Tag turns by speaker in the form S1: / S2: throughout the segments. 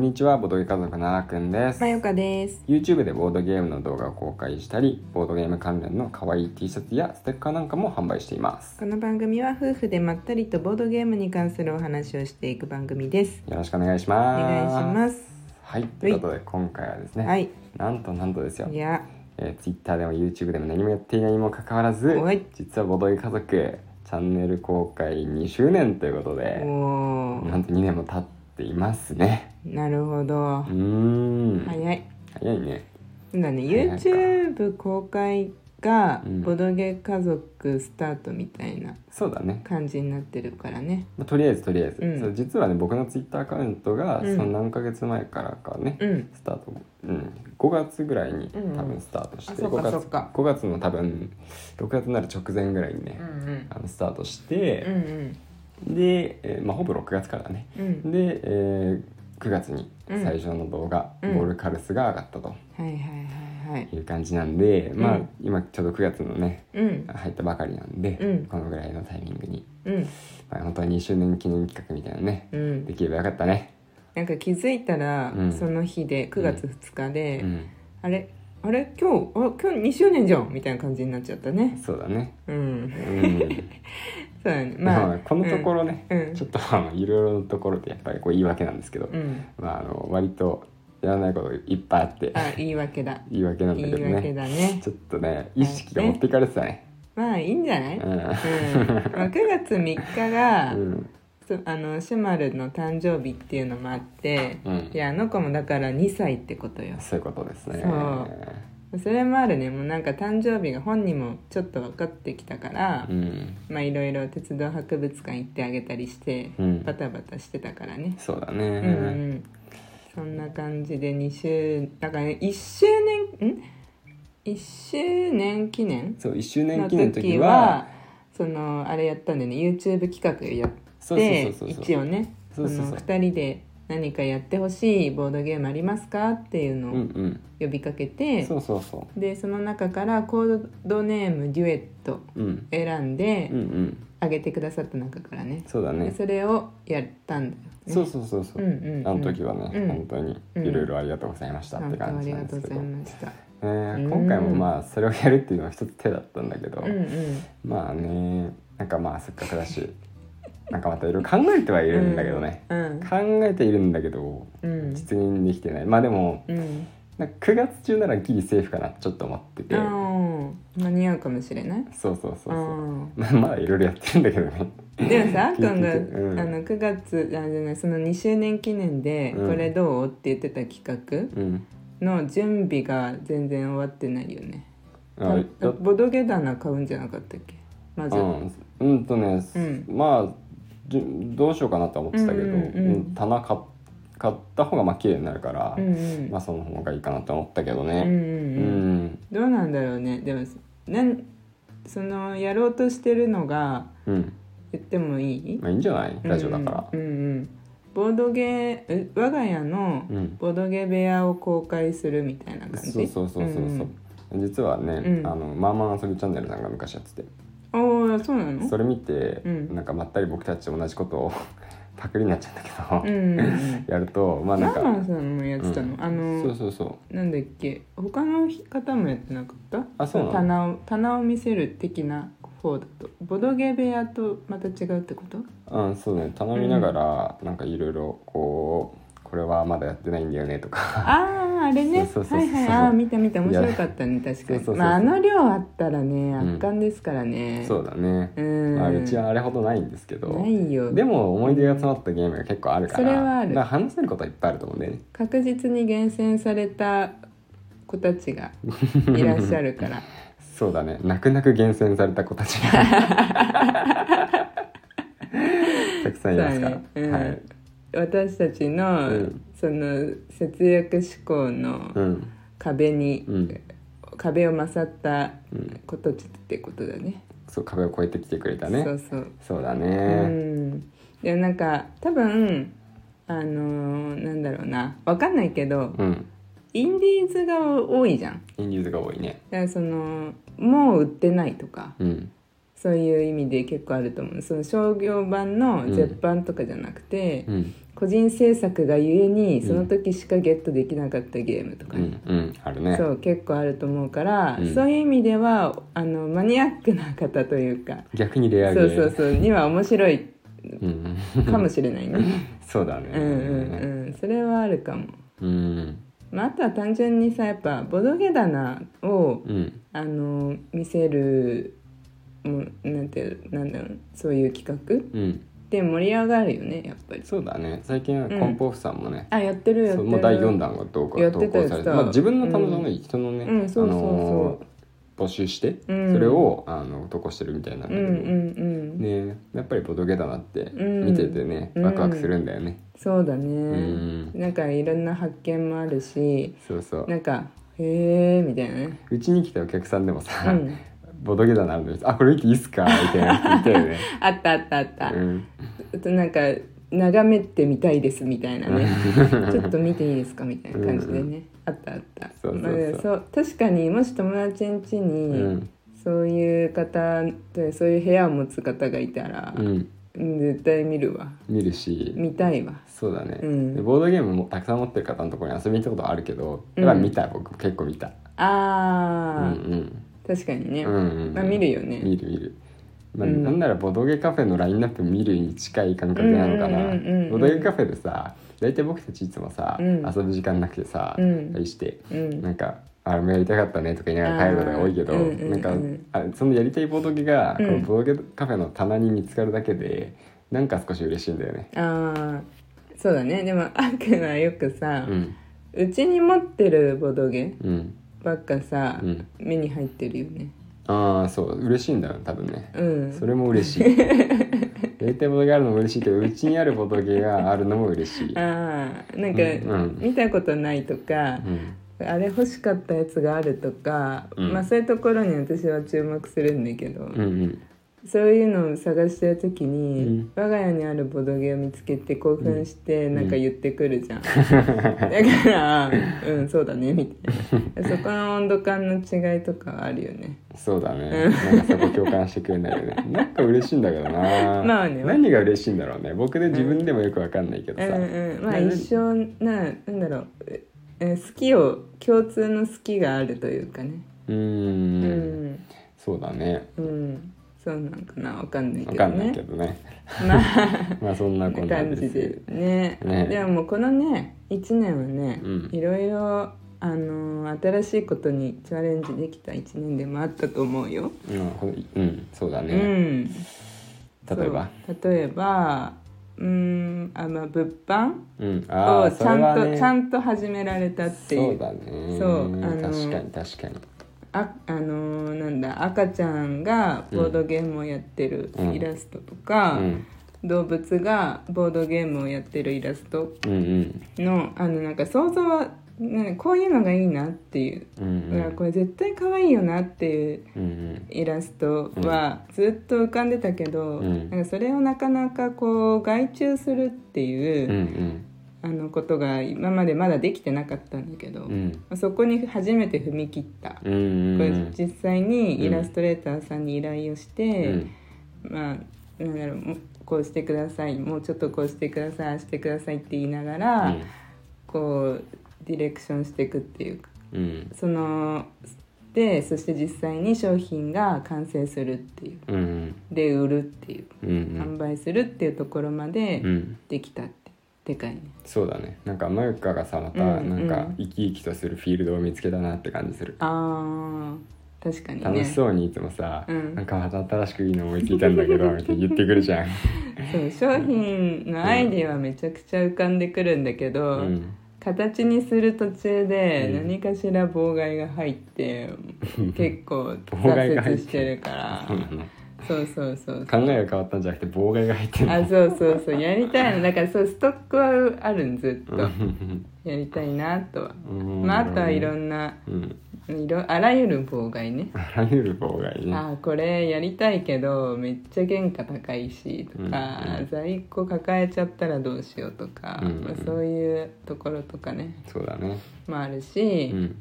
S1: にちはボードゲー家族のあーくんです
S2: まよかです。
S1: YouTube でボードゲームの動画を公開したりボードゲーム関連の可愛い T シャツやステッカーなんかも販売しています
S2: この番組は夫婦でまったりとボードゲームに関するお話をしていく番組です。
S1: よろしくお願いし
S2: お
S1: ます
S2: 願いします。
S1: はいということで今回はですね、
S2: はい。
S1: なんとなんとですよ
S2: い、や、
S1: えー Twitter でも YouTube でも何もやっていないにもかかわらず
S2: はい
S1: 実はボードゲー家族チャンネル公開2周年ということで
S2: おー
S1: なんと2年も経っていますね
S2: なるほど
S1: うー。ん、
S2: 早い。
S1: 早いね
S2: そうだね、
S1: 早いか
S2: YouTube 公開が
S1: うん
S2: ボードゲー家族スタートみたいな
S1: そうだね
S2: 感じになってるからね。
S1: まあとりあえずとりあえず、
S2: うん
S1: そう実はね僕のツイッターアカウントが、
S2: うん
S1: その何ヶ月前からかね、
S2: うん。
S1: スタート、うん、5月ぐらいに多
S2: うんうん
S1: 分スタートして、
S2: あそっか
S1: 5
S2: そ
S1: 月
S2: っか
S1: 5月の多分6月になる直前ぐらいにね、
S2: ん
S1: あのスタートし
S2: うん。う
S1: て、
S2: ん
S1: で、えーまあ、ほぼ6月からだね
S2: うん。うん。
S1: で、えー9月に
S2: うん
S1: 最初の動画「
S2: うん
S1: ボールカルス」が上がったと
S2: はいはいはいはい。
S1: いう感じなんで、まあ
S2: うん
S1: 今ちょうど9月のね
S2: うん。
S1: 入ったばかりなんで、
S2: うん
S1: このぐらいのタイミングに、
S2: うん。
S1: まあ、本当に2周年記念企画みたいなね
S2: うん
S1: で。きればよかったね。
S2: なんか気づいたら、
S1: うん
S2: その日で9月2日で、
S1: うん、
S2: あれあれ今日あ今日2周年じゃんみたいな感じになっちゃったね
S1: そうだね。
S2: うん
S1: うん、
S2: そうだねま
S1: ま
S2: あ
S1: あこのところね、
S2: うん
S1: ちょっとあのいろいろなところでやっぱりこう言い訳なんですけど、
S2: うん
S1: まああの割とやらないこといっぱいあって
S2: あ言い訳だ
S1: 言い訳なんだ
S2: 言
S1: けど
S2: い訳
S1: ね。
S2: だね
S1: ちょっとね意識が持っていかれてたね。
S2: まあいいんじゃない、う
S1: うんん。
S2: まあ、9月3日 が、
S1: うん。
S2: そあのシュマルの誕生日っていうのもあって、
S1: うん
S2: いやあの子もだから2歳ってことよ
S1: そういうことですね。
S2: そそれもあるねもうなんか誕生日が本人もちょっと分かってきたから、
S1: うん。
S2: まあいろいろ鉄道博物館行ってあげたりして、
S1: うん
S2: バタバタしてたからね
S1: そうだ
S2: うん、
S1: ね。
S2: そんな感じで2周だから1周年ん1周年記念
S1: そう一周年
S2: の
S1: 記念の時
S2: 時
S1: は
S2: は。そのあれやったんだよね YouTube 企画やって
S1: そうそうそうそう
S2: 一応ね
S1: そうそうそう
S2: の2人で何かやってほしいボードゲームありますかっていう
S1: う
S2: のを
S1: ん
S2: 呼びかけ
S1: う
S2: て、
S1: ん。そうそうそ
S2: でその中からコードネームデュエット
S1: う。うん。
S2: 選んで
S1: うんうん。
S2: あげてくださった中からね
S1: そうだ
S2: で
S1: ね。
S2: それをやったんだよね
S1: そうそうそうそう。
S2: うんうんうん
S1: あの時はね、
S2: うん
S1: 本当にいろいろありがとうございましたって感じなんですけど、
S2: 本
S1: えー
S2: うん
S1: 今回もまあそれをやるっていうのは一つ手だったんだけど、
S2: 当ありがとうございました。うんうん。
S1: まあねなんかまあせっかくだし なんかまたいろいろ考えてはいるんだけどね、
S2: うん。
S1: 考えているんだけど
S2: うん。
S1: 実現できてないまあでも
S2: うん。
S1: なんか9月中ならギリセーフかなってちょっと思ってて、
S2: ああ、間に合うかもしれない。
S1: そうそうそうそう
S2: あー
S1: まあまだいろいろやってるんだけどね
S2: でもさ、あーくんが、
S1: うん
S2: あの9月、あじゃない、その2周年記念で、
S1: うん
S2: これどうって言ってた企
S1: うん
S2: 画の準備が全然終わってないよね。
S1: あ
S2: た
S1: だ
S2: ボドゲ棚買うんじゃなかったっけまず。
S1: うん、うんとね、
S2: うん
S1: まあじゅどうしようかなとは思ってたけど、
S2: うんうんうん
S1: うん棚買っ買った方がまあ綺麗になるから、
S2: うんうん。
S1: まあその方がいいかなと思ったけど
S2: うんう
S1: ね。うん
S2: うん。どうなんだろうね。でも、なんその、やろうとしてるのが、
S1: うん、うん
S2: 言ってもいい
S1: まあいいんじゃない？ラジオだから
S2: う。んうんうんボードゲーえ我が家の
S1: うん。
S2: ボードゲー部屋を公開するみたいな感じ
S1: そうそうそうそうそう。実はね、
S2: うん
S1: あのまあまあ遊びチャンネルなんか昔やってて、
S2: うん、ああそうなの
S1: それ見て、
S2: うん
S1: なんかまったり僕たちと同じことを パクリになっちゃったけど、
S2: うんうんうん
S1: やると まあな
S2: マ
S1: んか、
S2: マさんもやってたの、
S1: うん
S2: あの
S1: そうそうそう。
S2: なんだっけ他の方もやってなかった
S1: あそうなの
S2: 棚を棚を見せる的な方だとボードゲー部屋とまた違うってこと
S1: うん、そうね頼みながら、なんかいろいろこうこれはまだやってないんだよねとか
S2: あああれね
S1: そうそうそう
S2: は
S1: そう
S2: いはいああ見た見た面白かったね確か
S1: そうそう
S2: に
S1: そう
S2: まああの量あったらね
S1: ん
S2: 圧巻ですからね、
S1: そうだね、
S2: うん
S1: まあ、うちはあれほどないんですけど
S2: ないよ
S1: でも思い出が詰まったゲームが結構あるから
S2: それはある
S1: だから話せることはいっぱいあると思うんだよね
S2: 確実に厳選された子た ちがいらっしゃるから
S1: そうだね泣く泣く厳選された子たち がたくさんいますから、
S2: そうだねうん
S1: はい、
S2: 私たちの、
S1: うん
S2: その節約志向の
S1: うん
S2: 壁に、
S1: うん
S2: 壁を勝った
S1: うん、
S2: 子たちってことだね。
S1: そう壁を越えてきてくれたね
S2: そ
S1: そう
S2: うそう、
S1: だ
S2: う
S1: ね
S2: んでもなんか多分あのーなんだろうなわかんないけど
S1: うん、
S2: インディーズが多いじゃん。
S1: インディーズが多いね
S2: だからそのもう売ってないとか
S1: うん
S2: そういう意味で結構あると思うその商業版の絶版とかじゃなくて、
S1: うん
S2: 個人制作がゆえに
S1: うん
S2: その時しかゲットできなかったゲームとか
S1: う
S2: ね、
S1: んうんあるね
S2: そう結構あると思うから、
S1: うん
S2: そういう意味ではあのマニアックな方というか
S1: 逆にレアゲー
S2: そうそうそうには面白い
S1: うん、
S2: かもしれないね
S1: そうだね
S2: うんうんうんそれはあるかも、
S1: うん
S2: まあ、あとは単純にさやっぱボドゲ棚を
S1: うん
S2: あの見せるもうなんていうなんだろうそういう企画
S1: うん
S2: で盛り上がるよねやっぱり
S1: そうだね最近は
S2: うん
S1: コンポフさんもね、
S2: あやってるやっ
S1: そ
S2: て
S1: う
S2: る
S1: もう第4弾がどうか
S2: やっ
S1: 投
S2: てた
S1: 稿され、
S2: やっててた
S1: まあ、自分のためのね人のね、
S2: うんそうそうそう
S1: あのー募集して、
S2: うん
S1: それをあの投稿してるみたいなんだ
S2: う
S1: けど、
S2: んうんうん、
S1: ねやっぱりボドゲだなって
S2: うん
S1: 見ててね、
S2: うん
S1: ワクワクするんだよね、
S2: そうだ
S1: うん
S2: ね、なんかいろんな発見もあるし
S1: そうそう
S2: なんかへえみたいなね、
S1: うちに来たお客さんでもさ、
S2: うん、
S1: ボドゲだなあるのにあこれいいっすか?」みたいな言ったよ ね、
S2: あったあったあった、
S1: うん、
S2: あとなんか眺めてみたいですみたいな ねちょっと見ていいですかみたいな感じでね、
S1: うん
S2: あったあった
S1: そうそうそう
S2: まあでもそう確かにもし友達ん家
S1: う
S2: に、
S1: ん
S2: そういう方でそういう部屋を持つ方がいたら、
S1: うん、
S2: うん絶対見るわ
S1: 見るし
S2: 見たいわ
S1: そうだね、
S2: うん
S1: でボードゲームもたくさん持ってる方のところに遊びに行ったことあるけどやっぱり見た、僕結構見たうん
S2: あー、
S1: うん
S2: 確かにね、
S1: うんうんうん
S2: まあ、見るよね
S1: 見る見る、まあ
S2: うん
S1: なんならボドゲカフェのラインナップ見るに近い感覚なのかな、
S2: うんうんうんうん
S1: ボドゲカフェでさ大体僕たちいつもさ、
S2: うん
S1: 遊ぶ時間なくてさ、
S2: うん
S1: 対して
S2: うん
S1: なんか「あれもやりたかったね」とか言いながら帰ることが多いけど、
S2: あーうんうんうん
S1: なんかあそのやりたいボドゲが、
S2: うん
S1: このボドゲカフェの棚に見つかるだけでなんか少し嬉しいんだよね。
S2: ああそうだねでもあっくんはよくさ
S1: うん
S2: うち、に持ってるボドゲ
S1: うん
S2: ばっかさ、
S1: うん
S2: 目に入ってるよね
S1: ああそう嬉しいんだよ多分ね、
S2: うん
S1: それも嬉しいやりたいボドゲがあるのも嬉しいけどうちにあるボドゲがあるのも嬉しい、
S2: ああなん
S1: う
S2: か、
S1: んうん
S2: 見たことないとか
S1: う、ん、
S2: あれ欲しかったやつがあるとか、
S1: うん
S2: まあそういうところに私は注目するんだけど、
S1: うんうん
S2: そういうのを探してる時に、
S1: うん
S2: 我が家にあるボドゲを見つけて興奮して
S1: ん
S2: なんか言ってくる じゃん、だからうんそうだねみたいなそこの温度感の違いとかはあるよね
S1: そうだね。なんかそこ共感してくれないよね。 なんか嬉しいんだけどな。
S2: まあね
S1: 何が嬉しいんだろうね。僕で自分でもよくわかんないけど
S2: う
S1: さ。
S2: んうんまあ
S1: ね
S2: 一生ななんだろうええ好きを共通の好きがあるというかね
S1: うー。
S2: うんん
S1: そうだね。
S2: うんそうなんかなわかんない
S1: わ
S2: け
S1: か
S2: ど
S1: んない
S2: ね
S1: けどね。
S2: まあ
S1: まあそんなこんな
S2: 感じ
S1: です。
S2: でね
S1: ね
S2: でももうこのね1年はね、
S1: うん
S2: いろいろあのー新しいことにチャレンジできた1年でもあったと思うよ。
S1: うんほん、うん、そうだ
S2: う
S1: ね。
S2: ん、
S1: 例えば。
S2: そう例えばうーんあまあ物販
S1: うん。あ
S2: を
S1: あ、
S2: ち
S1: そ
S2: ゃ
S1: れ
S2: ん
S1: は
S2: と、
S1: ね。
S2: ちゃんと始められたってい
S1: そう
S2: う
S1: だね。
S2: そうあの
S1: 確かに確かに。
S2: ああのーなんだ赤ちゃんがボードゲームをやってる
S1: うん
S2: イラストとか、
S1: うん。
S2: 動物がボードゲームをやってるイラスト
S1: うんうん。
S2: のあのなんか想像はねこういうのがいいなっていう、
S1: うんう
S2: だから
S1: ん。
S2: これ絶対可愛いよなっていう
S1: うん
S2: イラストはずっと浮かんでたけど、
S1: うん
S2: なんかそれをなかなかこう外注するってい
S1: うん。うんう
S2: う、
S1: ん。
S2: あのことが今までまだできてなかったんだけど、
S1: うん。
S2: そこに初めて踏み切った。
S1: うんうん
S2: こ
S1: う
S2: れ
S1: ん。
S2: 実際にイラストレーターさんに依頼をして、まあなんだろうもうこうしてくださいもうちょっとこうしてくださいああしてくださいって言いながら、こうディレクションしていくっていうか
S1: うん。うん。
S2: そのでそして実際に商品が完成するっていう
S1: うんうん。
S2: で売るっていう
S1: うんうん
S2: 販売するっていうところまで
S1: うん
S2: できたってでかいね
S1: そうだねなんかマユカがさまた
S2: うん
S1: なんか
S2: う
S1: 生
S2: ん
S1: き生きとするフィールドを見つけたなって感じする、
S2: あー確かにね
S1: 楽しそうにいつもさ、
S2: うん
S1: なんかまた新しくいいの思いついたんだけどみたいに言ってくるじゃん、
S2: そう商品のアイディアはめちゃくちゃ浮かんでくるんだけ
S1: う
S2: ど、
S1: ん、
S2: 形にする途中で
S1: うん
S2: 何かしら妨害が 入って、結構
S1: 妨害が
S2: 挫
S1: 入って
S2: 折してるから
S1: そうなの
S2: そうそうそう
S1: 考えが変わったんじゃなくて妨害が入ってる
S2: あそうそうそうやりたいのだからそうストックはあるんずっとやりたいなとは、
S1: うん
S2: まあ、あとはいろんな
S1: うん
S2: いろあらゆる妨害ね
S1: あらゆる妨害ね
S2: あーこれやりたいけどめっちゃ原価高いしとか、
S1: うんうん
S2: 在庫抱えちゃったらどうしようとか、
S1: うんうん
S2: まあ、そういうところとかね
S1: そうだね
S2: もある
S1: う
S2: し、
S1: ん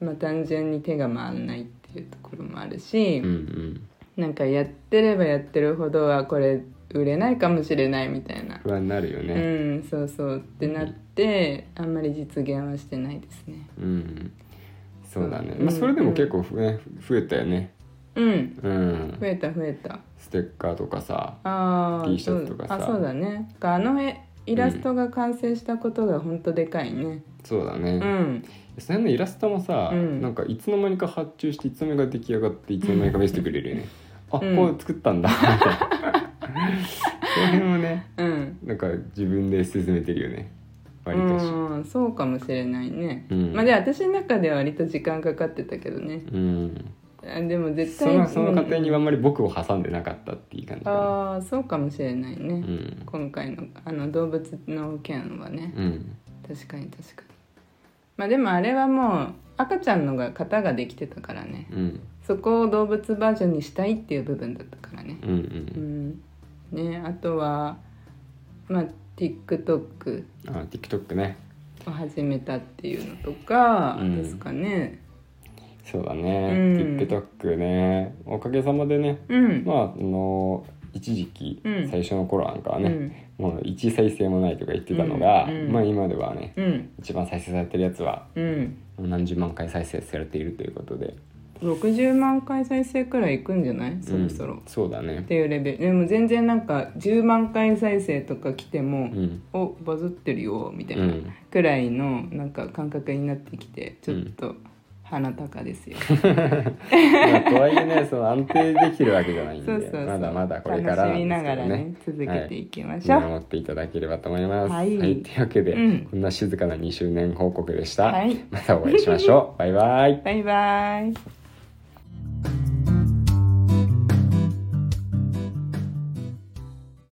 S2: まあ、単純に手が回んないっていうところもあるし、
S1: うん
S2: なんかやってればやってるほどはこれ売れないかもしれないみたいな、
S1: 不安になるよ
S2: う
S1: ね、
S2: んそうそうってなって、あんまり実現はしてないですね
S1: うんそうだね、
S2: うん
S1: まあ、それでも結構ふ、ね、増えたよね
S2: うん
S1: うん
S2: 増えた増えた
S1: ステッカーとかさ
S2: ああ
S1: T シャツとかさ
S2: あそうだねあの絵イラストが完成したことが本当でかいね
S1: そうだね、
S2: うん
S1: その辺のイラストもさ、
S2: うん
S1: なんかいつの間にか発注していつの間にか出来上がっていつの間にか見せてくれるよねあ、
S2: うん
S1: こう作ったんだその辺もね
S2: うん
S1: なんか自分で進めてるよね割かし
S2: うんそうかもしれないね、
S1: うん
S2: まあで私の中では割と時間かかってたけどね
S1: うん
S2: あでも絶
S1: そ
S2: 対
S1: のその過程に
S2: う
S1: はあ
S2: ん
S1: んまり僕を挟んでなかったっていう感じか
S2: ああそうかもしれないね、
S1: なうん
S2: 今回のあの動物の件はね、
S1: うん
S2: 確かに確かにまあでもあれはもう赤ちゃんのが型ができてたからね
S1: うん
S2: そこを動物バージョンにしたいっていう部分だったからね
S1: うんう
S2: うんんねあとはまあ TikTok
S1: あ TikTok ね
S2: を始めたっていうのとか
S1: うん
S2: ですかね
S1: そうだね、
S2: うん
S1: TikTok ねおかげさまでね
S2: うん、
S1: まああの一時期、
S2: うん
S1: 最初の頃なんかは
S2: う
S1: ね、
S2: ん
S1: もう1再生もないとか言ってたのが、
S2: うんうん
S1: まあ今ではね
S2: うん
S1: 一番再生されてるやつは
S2: うん
S1: もう何十万回再生されているということで
S2: 60万回再生くらいいくんじゃないそろそろ、
S1: うん
S2: っ
S1: そうだね
S2: ていうレベルでも全然なんか10万回再生とか来て
S1: う
S2: も、
S1: ん
S2: おバズってるよみたいうなんくらいのなんか感覚になってきてちょっと鼻高です よ、
S1: まあとはいえねその安定できてるわけじゃないんで
S2: そうそうそう
S1: まだまだこれからな
S2: 楽
S1: ん
S2: しみ
S1: で
S2: な
S1: すけ
S2: が
S1: どね
S2: らね続けていきま
S1: 見
S2: しょう
S1: 守っていただければと思います。
S2: はい
S1: というわけで、
S2: うん
S1: こんな静かな2周年報告でした。
S2: はい
S1: またお会いしましょう。バイバイ。
S2: バイバイ